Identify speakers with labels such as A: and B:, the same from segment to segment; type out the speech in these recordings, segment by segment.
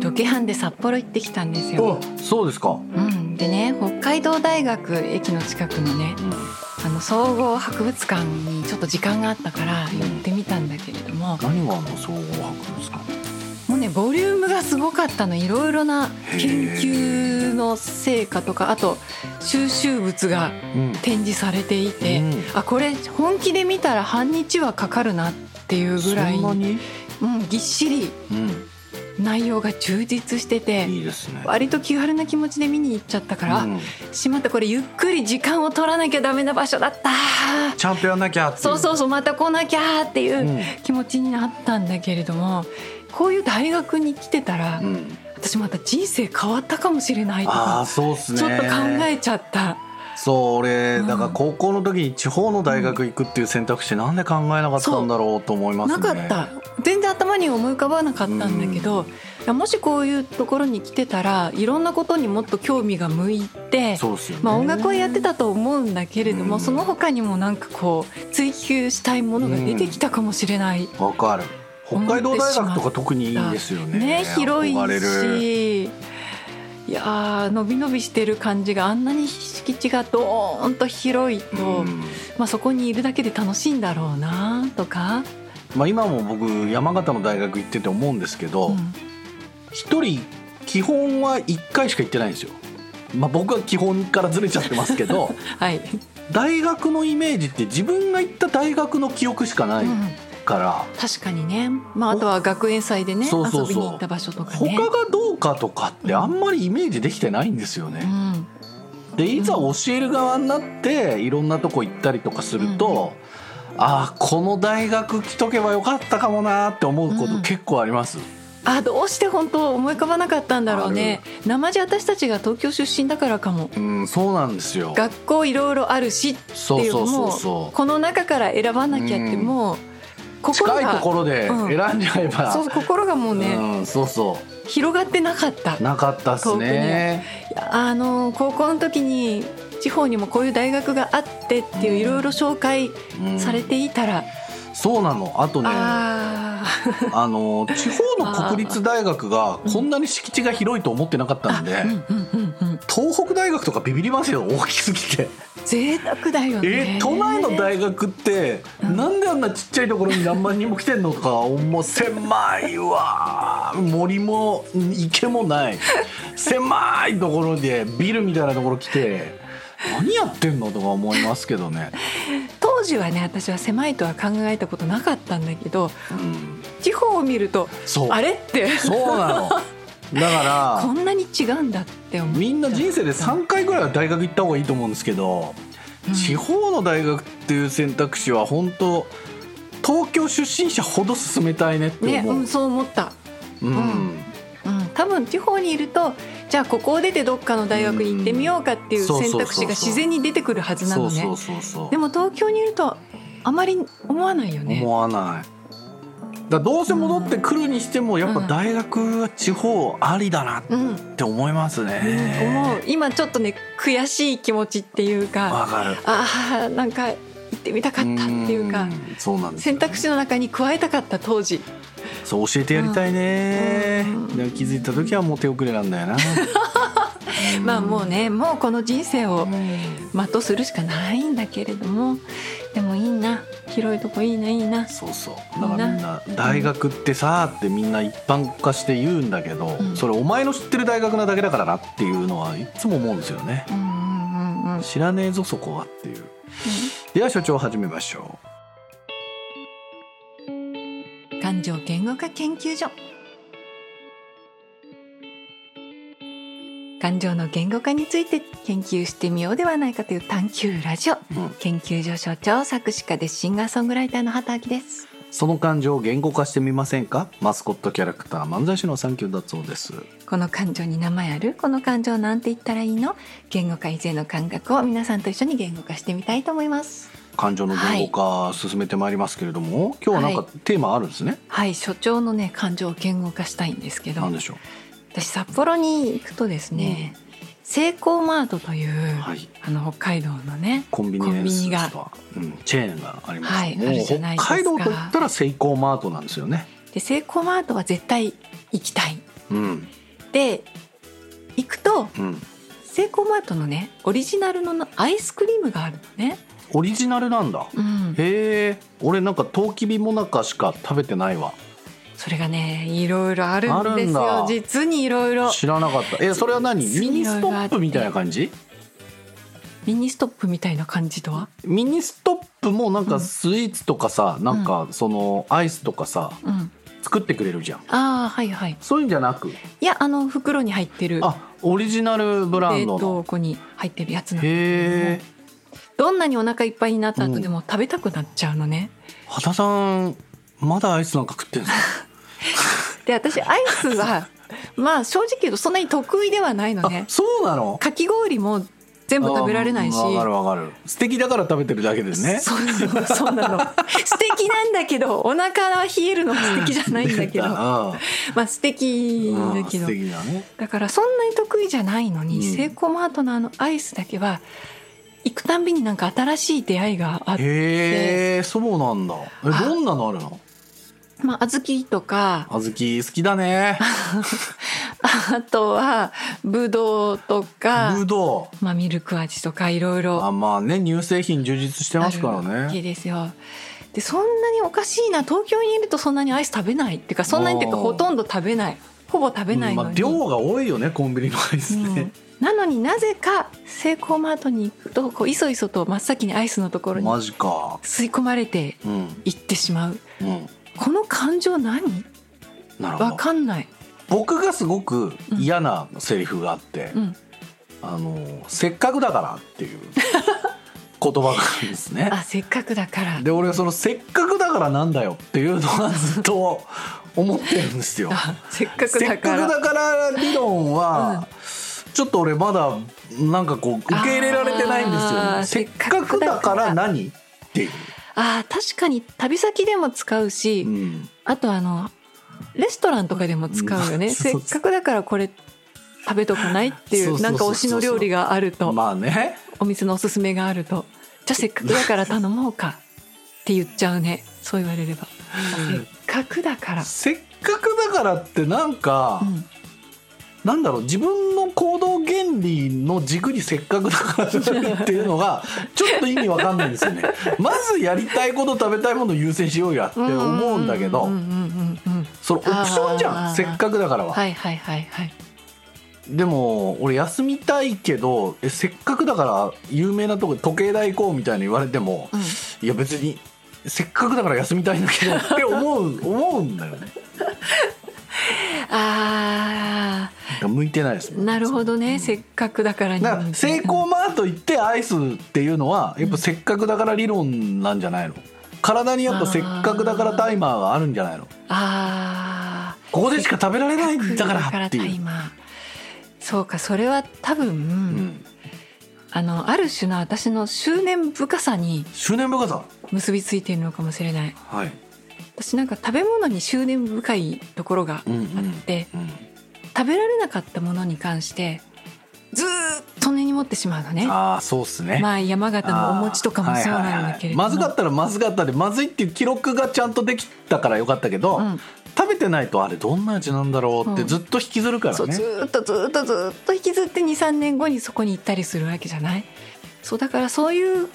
A: ロケハンで札幌行ってきたんですよ。
B: おそうですか、
A: うん、でね北海道大学駅の近くのね
B: うん
A: あの総合博物館にちょっと時間があったから寄ってみたんだけれども
B: 何があの総合博物館
A: もうねボリュームがすごかったのいろいろな研究の成果とかあと収集物が
B: うん
A: 展示されていて、
B: うん
A: あこれ本気で見たら半日はかかるなっていうぐらい
B: そんなに、
A: うん、ぎっしり
B: う
A: 内容が充実してて
B: ん、いいですね
A: 割と気軽な気持ちで見に行っちゃったから、
B: うん
A: しまったこれゆっくり時間を取らなきゃダメな場所だった
B: ちゃんとやんなきゃってい
A: そうそうそうまた来なきゃっていううん気持ちになったんだけれどもこういう大学に来てたら
B: うん、
A: 私また人生変わったかもしれないと
B: ああ
A: か
B: そうっすね
A: ちょっと考えちゃった
B: そう俺
A: うん
B: だから高校の時に地方の大学行くっていう選択肢なんで考えなかったんだろうと思います
A: な
B: ね
A: かった全然頭に思い浮かばなかったんだけどいやもしこういうところに来てたらいろんなことにもっと興味が向いて。
B: そうっすよね、
A: まあ、音楽はやってたと思うんだけれども、
B: うん
A: その他にもなんかこう追求したいものが出てきたかもしれない、
B: わかる北海道大学とか特にいいですよね
A: ね広い
B: 憧れ
A: し
B: る
A: いやー伸び伸びしてる感じがあんなに敷地がドーンと広いと、
B: うん
A: まあ、そこにいるだけで楽しいんだろうなとか、
B: まあ、今も僕山形の大学行ってて思うんですけど
A: うん
B: 一、人基本は1回しか行ってないんですよ、まあ、僕は基本からずれちゃってます けど
A: はい、
B: 大学のイメージって自分が行った大学の記憶しかない
A: うん
B: から、
A: 確かにね、まあ、あとは学園祭でね
B: そうそうそう
A: 遊びに行った場所とかね
B: 他。がどうかとかってあんまりイメージできてないんですよ
A: う
B: ね。
A: ん
B: でいざ教える側になっていろんなとこ行ったりとかすると、ああこの大学来とけばよかったかもなーって思うこ
A: う
B: と
A: ん
B: 結構あります。
A: あどうして本当思い浮かばなかったんだろうね生地私たちが東京出身だからかも
B: うん、そうなんですよ。
A: 学校いろいろあるしって
B: そう
A: いう
B: そうそう
A: も
B: そう
A: うこの中から選ばなきゃって
B: うん
A: もう心
B: 近い
A: が
B: ところで
A: うん
B: 選んじゃえば、
A: そうう心がもうね
B: ん、そうそ
A: 広がってなかった
B: う
A: い
B: なかったっすね。
A: やあの高校の時に地方にもこういう大学があってっていう
B: うん
A: いろいろ紹介
B: うん
A: されていたら、
B: そうなの。あとね、あ
A: あ
B: の地方の国立大学がこんなに敷地が広いと思ってなかったんで、
A: あ、うんうんうんうん、
B: 東北大学とかビビりますよ。大きすぎて。
A: 贅沢だよね
B: え都内の大学って、なんであんなちっちゃいところに何万人も来てんのかもう狭いわ森も池もない狭いところでビルみたいなところ来て何やってんのとか思いますけどね、
A: 当時はね私は狭いとは考えたことなかったんだけど
B: うん、
A: 地方を見ると
B: そう
A: あれって
B: そうなのだ
A: こ
B: か
A: んなに違うんだって思
B: ら
A: う
B: みんな人生で3回ぐらいは大学行った方がいいと思うんですけど、
A: うん
B: 地方の大学っていう選択肢は本当東京出身者ほど進めたいねって思う。
A: ね、うん、そう思った、
B: うん
A: うん、多分地方にいるとじゃあここを出てどっかの大学に行ってみようかっていう
B: そうそう
A: 選
B: そうそう
A: 択肢が自然に出てくるはずな
B: そう
A: の
B: そう
A: ね
B: そうそう
A: でも東京にいるとあまり思わないよね
B: 思わないだからどうせ戻ってくるにしてもやっぱ大学は地方ありだなっ
A: うん、うん
B: て思いますね、
A: 思う今ちょっとね悔しい気持ちっていうか
B: わかる
A: ああなんか行ってみたかったっていうか
B: んそうなんですよ
A: 選択肢の中に加えたかった当時
B: そう教えてやりたいね、
A: うん
B: でも気づいた時はもう手遅れなんだよな
A: まあもうねもうこの人生を
B: うん
A: 全うするしかないんだけれどもでもいいな広いとこいいないいな
B: そうそうだからみんな大学ってさってみんな一般化して言うんだけど、
A: うん
B: それお前の知ってる大学なだけだからなっていうのはいつも思うんですよね
A: うんうんうんうん
B: 知らねえぞそこはっていうでは所長始めましょ
A: 感情言語化研究所感情の言語化について研究してみようではないかという探求ラジオ
B: う、うん
A: 研究所所長作詞家でシンガーソングライターの畑明です
B: その感情を言語化してみませんかマスコットキャラクター漫才師のサンキューだそうです
A: この感情に名前あるこの感情なんて言ったらいいの言語化以前の感覚を皆さんと一緒に言語化してみたいと思います
B: 感情の言語化進めてまいりますけれども、今日はなん
A: は
B: かテーマあるんですね、
A: はい所長のね感情を言語化したいんですけど
B: なんでしょ
A: 私札幌に行くとですね、セイコーマートという、
B: うはい
A: あの北海道のね
B: コンビニエンスス
A: コンビニが
B: トア、うん、チェーンがあります、
A: はい
B: も
A: あ
B: う
A: るじゃないですか
B: 北海道といったらセイコーマートなんですよね
A: でセイコーマートは絶対行きたい
B: うん
A: で行くと
B: うん
A: セイコーマートのねオリジナルのなアイスクリームがあるのね、
B: オリジナルなんだ
A: うん、
B: へえ俺なんかとうきびもなかしか食べてないわ
A: それがねいろいろあるんです
B: あるんだ
A: よ実にいろいろ
B: 知らなかったえそれは何
A: 実
B: ミニストップみたいな感じ
A: ミニストップみたいな感じとは、
B: ミニストップもなんかスイーツとかさ、なんかそのアイスとかさ
A: うん、
B: 作ってくれるじゃん
A: ああはいはい
B: そういうんじゃなく
A: いやあの袋に入ってる
B: あオリジナルブラ
A: 冷
B: ンドの
A: 凍庫に入ってるやつなの
B: へえ
A: どんなにお腹いっぱいになった
B: う
A: 後
B: ん
A: でも食べたくなっちゃうのね、
B: 畑さんまだアイスなんか食ってんすか
A: で私アイス はまあ正直言うとそんなに得意ではないの
B: あ
A: ね
B: そうなの
A: かき氷も全部食べられないし
B: あーわかるわかる素敵だから食べてるだけですね
A: そうそうそうな の素敵なんだけどお腹は冷えるのは素敵じゃないんだけど
B: 出たあ
A: まあ素敵
B: ー
A: だ
B: うん
A: けど
B: 素敵だね
A: だからそんなに得意じゃないのに、
B: うん
A: セイコーマートのあのアイスだけは行くたんびになんか新しい出会いがあって、
B: へえそうなんだえ
A: あ
B: どんなのあるの
A: まあ小豆とか
B: 小豆好きだね
A: あとはぶどうとか
B: ぶ、ど
A: まあ、ミルク味とかいろいう
B: あ
A: ろ
B: まあね乳製品充実して
A: あ
B: ます
A: る
B: から
A: わけ
B: ね
A: ですよ。でそんなにおかしいな東京にいるとそんなにアイス食べないっていうかそんなにっていうか
B: おー
A: ほとんど食べないほぼ食べないのに、
B: うんまあ、量が多いよねコンビニのアイス
A: う
B: ね
A: ん、なのになぜかセイコーマートに行くとこういそいそと真っ先にアイスのところに
B: マジか
A: 吸い込まれて
B: うん
A: 行ってしまう
B: うん
A: この感情何
B: なるほ
A: わ
B: ど
A: かんない、
B: 僕がすごく嫌なセリフがあって、
A: うん、
B: あのせっかくだからっていう言葉があるんですね
A: あせっかくだから
B: で俺はそのせっかくだからなんだよっていうのはずっと思ってるんですよ
A: あ せっかく
B: せ
A: だ
B: っか
A: か
B: く
A: ら
B: だから理論は、ちょっと俺まだなんかこう受け入れられてないんですよ
A: あー
B: ねせっかくだから何っていう、
A: あー確かに旅先でも使うし、
B: うん、
A: あとあのレストランとかでも使うよね、
B: うん
A: せっかくだからこれ食べとかないってい
B: そううそうそうそ
A: な
B: う
A: んか推しの料理があると、
B: まあね
A: お店のおすすめがあるとじゃあせっかくだから頼もうかって言っちゃうねそう言われればせっかくだから、
B: せっかくだからってなんか、
A: うん、
B: なんだろう自分の行動原理の軸にせっかくだからじゃないっていうのがちょっと意味わかんないんですよねまずやりたいこと食べたいものを優先しようやって思うんだけど、
A: うんうんうんうん
B: それオプションじ
A: あ
B: ゃ
A: ー
B: んせっかくだからは、
A: はいはいはいはい
B: でも俺休みたいけどえせっかくだから有名なとこ時計台行こうみたいな言われても、
A: うん
B: いや別にせっかくだから休みたいん だけどって思う思うんだよね
A: あ
B: 向いてないです
A: ーなるほどね、
B: うん
A: せっかくだからに
B: だからセイコーマート行ってアイスっていうのはやっぱせっかくだから理論なんじゃないの体にやっぱせっかくだからタイマーがあるんじゃないの
A: あ
B: ここでしか食べられないん
A: ー
B: だからって
A: タ
B: い
A: イ
B: う、
A: マーそうかそれは多分、
B: うん、
A: あのある種の私の執念深さに
B: 執念深さ
A: 結びついてるのかもしれない
B: はい、
A: 私なんか食べ物に執念深いところが
B: うんうん
A: あって、
B: うん
A: 食べられなかったものに関してずーっと根に持ってしまうのね
B: ああそうっすね、
A: まあ山形のお餅とかもそうなんだけれども、
B: はいはいはいまずかったらまずかったでまずいっていう記録がちゃんとできたからよかったけど、
A: うん食
B: 食べてないとあれどんな味なんだろうって
A: うん
B: ずっと引きずるから
A: そうず
B: ね、
A: ーっとずーっとずーっと引きずって23年後にそこに行ったりするわけじゃないそうだからそういう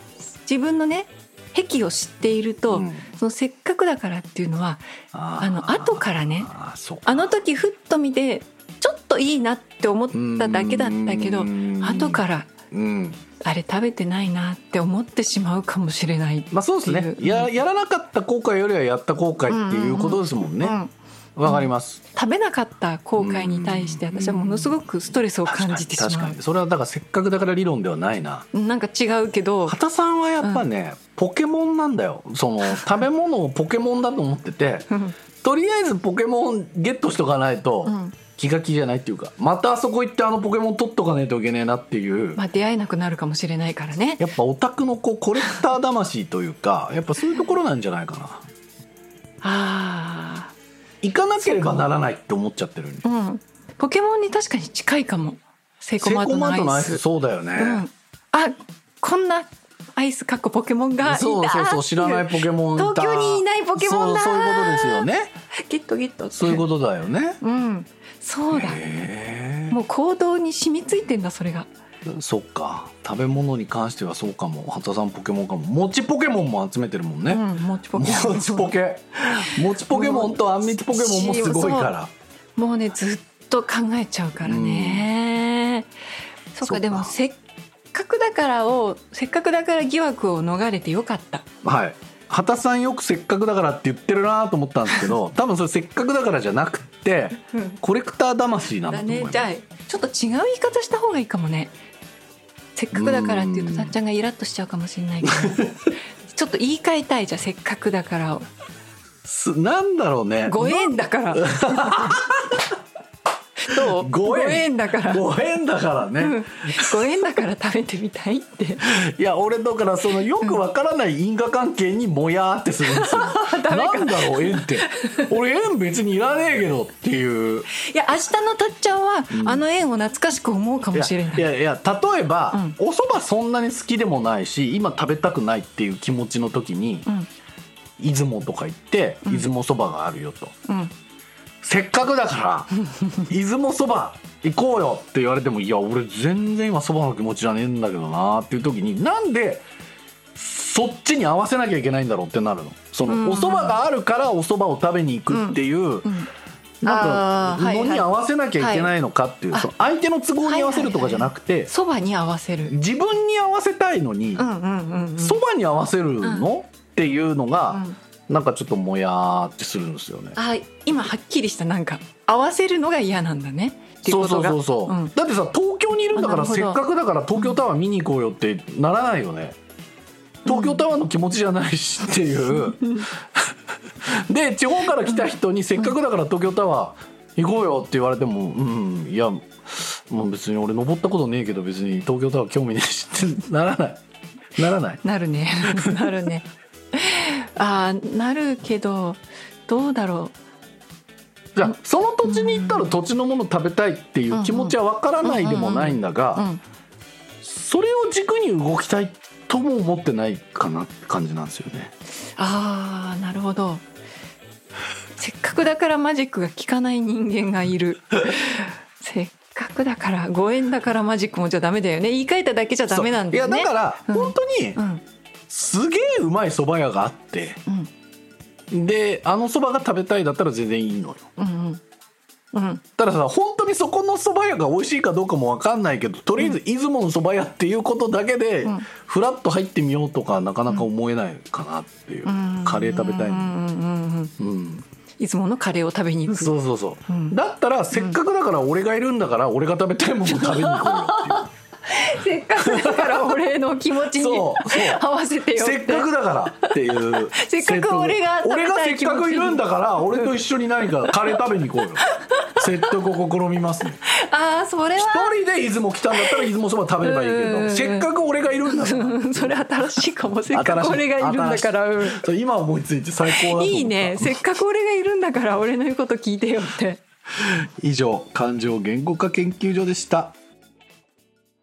A: 自分のね癖を知っていると、
B: うん
A: そのせっかくだからっていうのは
B: あー
A: あの後からね
B: あーそう、
A: あの時ふっと見てちょっといいなって思っただけだったけど後からら
B: うん
A: あれ食べてないなって思ってしまうかもしれない。
B: まあ、そうですね
A: っていう
B: ややらなかった後悔よりはやった後悔っていうことですもんね
A: う
B: わ、
A: ん、
B: かります
A: 食べなかった後悔に対して
B: うん
A: 私はものすごくストレスを感じてし
B: 確か
A: ま
B: に確かにそれはだからせっかくだから理論ではないな
A: うなんか違うけど
B: 畑さんはやっぱね、ポケモンなんだよ その食べ物をポケモンだと思ってて
A: うん
B: とりあえずポケモンゲットしとかないと
A: うん
B: 気が気じゃないっていうかまたあそこ行ってあのポケモン取っとかないといけねえなっていう
A: まあ出会えなくなるかもしれないからね
B: やっぱオタクのこうコレクター魂というかやっぱそういうところなんじゃないかな
A: あ
B: 行かなければならないって思っちゃってるね
A: あうんポケモンに確かに近いかもセイコ
B: セイ
A: ー
B: コ
A: マート
B: ーマート
A: の
B: の
A: ア
B: ア
A: イ
B: イ
A: ス
B: スそうだよね、
A: うん、あこんなアイスかっこポケモンがいた
B: そうそうそう知らないポケモンいた
A: 東京にいないポケモンだ
B: そうそういうことですよね
A: ゲットゲット
B: そういうことだよね
A: うんそうだ
B: へ
A: もう行動に染みついてんだそれが
B: えそっか食べ物に関してはそうかも畑さんポケモンかも餅ポケモンも集めてるもん
A: う
B: ね、
A: んもちポケモン
B: 餅ポケ餅ポケモンとあんみつポケモンもすごいから
A: もうねずっと考えちゃうからね、そう
B: そう
A: か
B: か
A: でもせっかくだからをせっかくだから疑惑を逃れてよかった
B: はい畑さんよくせっかくだからって言ってるなと思ったんです けど多分それせっかくだからじゃなくってコレクター魂なんだ
A: だ
B: と思い
A: ね
B: ます
A: じゃあちょっと違う言い方した方がいいかもねせっかくだからって言う
B: う
A: と
B: ん
A: たっちゃんがイラッとしちゃうかもしれないけ どちょっと言い換えたいじゃあせっかくだからを
B: すなんだろうね
A: ご縁だ からどう
B: ご縁
A: だから
B: ご縁だからね、
A: うんご縁だから食べてみたい って
B: いや俺だからそのよくわからない因果関係にもやーってするんで すよなんだろう縁って俺縁別にいらねえけどっていう
A: いや明日のたっちゃんは、あの縁を懐かしく思うか
B: い
A: も
B: や
A: しれない
B: いやいや例えば、
A: うん
B: お蕎麦そんなに好きでもないし今食べたくないっていう気持ちの時に、
A: うん
B: 出雲とか行って
A: ん
B: 出雲そばがあるよと、
A: うん
B: せっかくだから 出雲そば行こうよって言われてもいや俺全然今そばの気持ちじゃねえんだけどなっていう時になんでそっちに合わせなきゃいけないんだろうってなるのその、
A: うん
B: お蕎麦があるからお蕎麦を食べに行くっていう、
A: うん
B: な
A: あ
B: ん
A: ーは
B: か
A: いは
B: の
A: い
B: に合わせなきゃいけないのかっていう、
A: はい
B: その相手の都合に合わせるとかじゃなくて、
A: そばに合わせる
B: 自分に合わせたいのに
A: うんうんうんうん
B: そば、に合わせるの、っていうの
A: う
B: が、
A: ん
B: なんかちょっともやーってするんですよね。
A: あ今はっきりしたなんか合わせるのが嫌なんだねっていう
B: そう
A: こ
B: そ
A: と
B: う
A: が
B: そうそう、
A: うん
B: だってさ東京にいるんだから
A: あな
B: せ
A: る
B: っ
A: ほど
B: かくだから東京タワー見に行こうよってならないよね東京タワーの気持ちじゃないしって いう、で地方から来た人にせっかくだから東京タワー行こうよって言われてもうんいやもう別に俺登ったことねえけど別に東京タワー興味ねえしってならないならない
A: なるね なるねあーなるけどどうだろ
B: じゃあその土地に行ったら土地のもの食べたいっていう気持ちはわからないでもないんだが、
A: う、うん、
B: それを軸に動きたいとも思ってないかなって感じなんですよね。
A: あーなるほどせっかくだからマジックが効かない人間がい るせっかくだからご縁だからマジックもじゃダメだよね言い換えただけじゃダメなんだよね
B: そういやだから、
A: うん
B: 本当に
A: うん
B: すげえうまい蕎麦屋があって
A: うん
B: であの蕎麦が食べたいだったら全然いいのよ。
A: うんうんうん
B: たださ本当にそこの蕎麦屋が美味しいかどうかもわかんないけどとりあえず出雲の蕎麦屋っていうことだけで、
A: うん
B: フラッと入ってみようとかなかなか思えないかなっていう、
A: うん
B: カレー食べたい
A: うんう
B: の、
A: んうんうん
B: うん、
A: いつものカレーを食べに行く
B: そうそうそう、
A: うん
B: だったらせっかくだから俺がいるんだから俺が食べたいものを食べ に行こうよっていう。
A: せっかくだから俺の気持ちに
B: そうそう
A: 合わせてよって
B: せっかくだからっていう
A: せっかく俺が食べ
B: 俺が
A: た
B: せ
A: い
B: っ
A: 気持ちに
B: かくいるんだ から俺と一緒に何かカレー食べに行こうよ説得を試みま すね
A: ああそれは
B: 一人で出雲来たんだったら出雲そば食べればいいけ
A: うん
B: どせっかく俺がいるんだから
A: うんそれ新しいかもせっかく俺がいるんだから
B: 新しい新しいそう今思いついて最高だと
A: うん
B: 思った
A: いいねせっかく俺がいるんだから俺の言うこと聞いてよって
B: 以上感情言語化研究所でした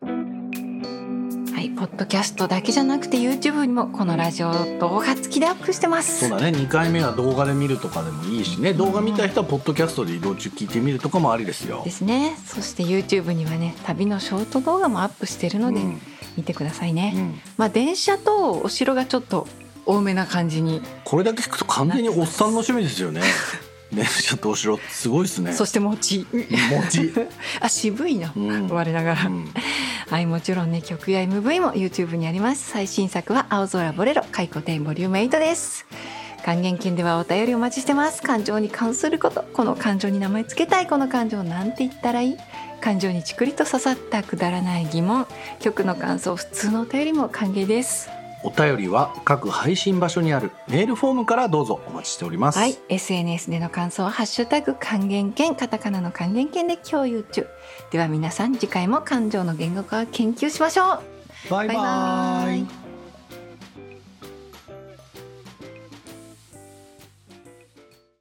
A: はいポッドキャストだけじゃなくて YouTube にもこのラジオ動画付きでアップしてます
B: そうだね2回目は動画で見るとかでもいいしね動画見た人はポッドキャストで移動中聞いてみるとかもありですよ
A: ですねそして YouTube にはね旅のショート動画もアップしてるので
B: うん
A: 見てくださいうね、
B: ん
A: まあ電車とお城がちょっと多めな感じに
B: これだけ聞くと完全におっさんの趣味ですよね。ね、ちょっとお城すごいですね。
A: そして餅
B: 餅。
A: あ渋いな、
B: うん
A: 我ながら、
B: うん
A: はいもちろんね曲や MV も YouTube にあります最新作は「青空ボレロ」回顧展ボリューム8です還元券ではお便りお待ちしてます感情に関することこの感情に名前つけたいこの感情なんて言ったらいい感情にちくりと刺さったくだらない疑問曲の感想普通のお便りも歓迎です
B: お便りは各配信場所にあるメールフォームからどうぞお待ちしております。
A: はい、SNS での感想はハッシュタグ還元券カタカナの還元券で共有中では皆さん次回も感情の言語化を研究しましょう
B: バイバ
A: バイバ
B: イ
A: イ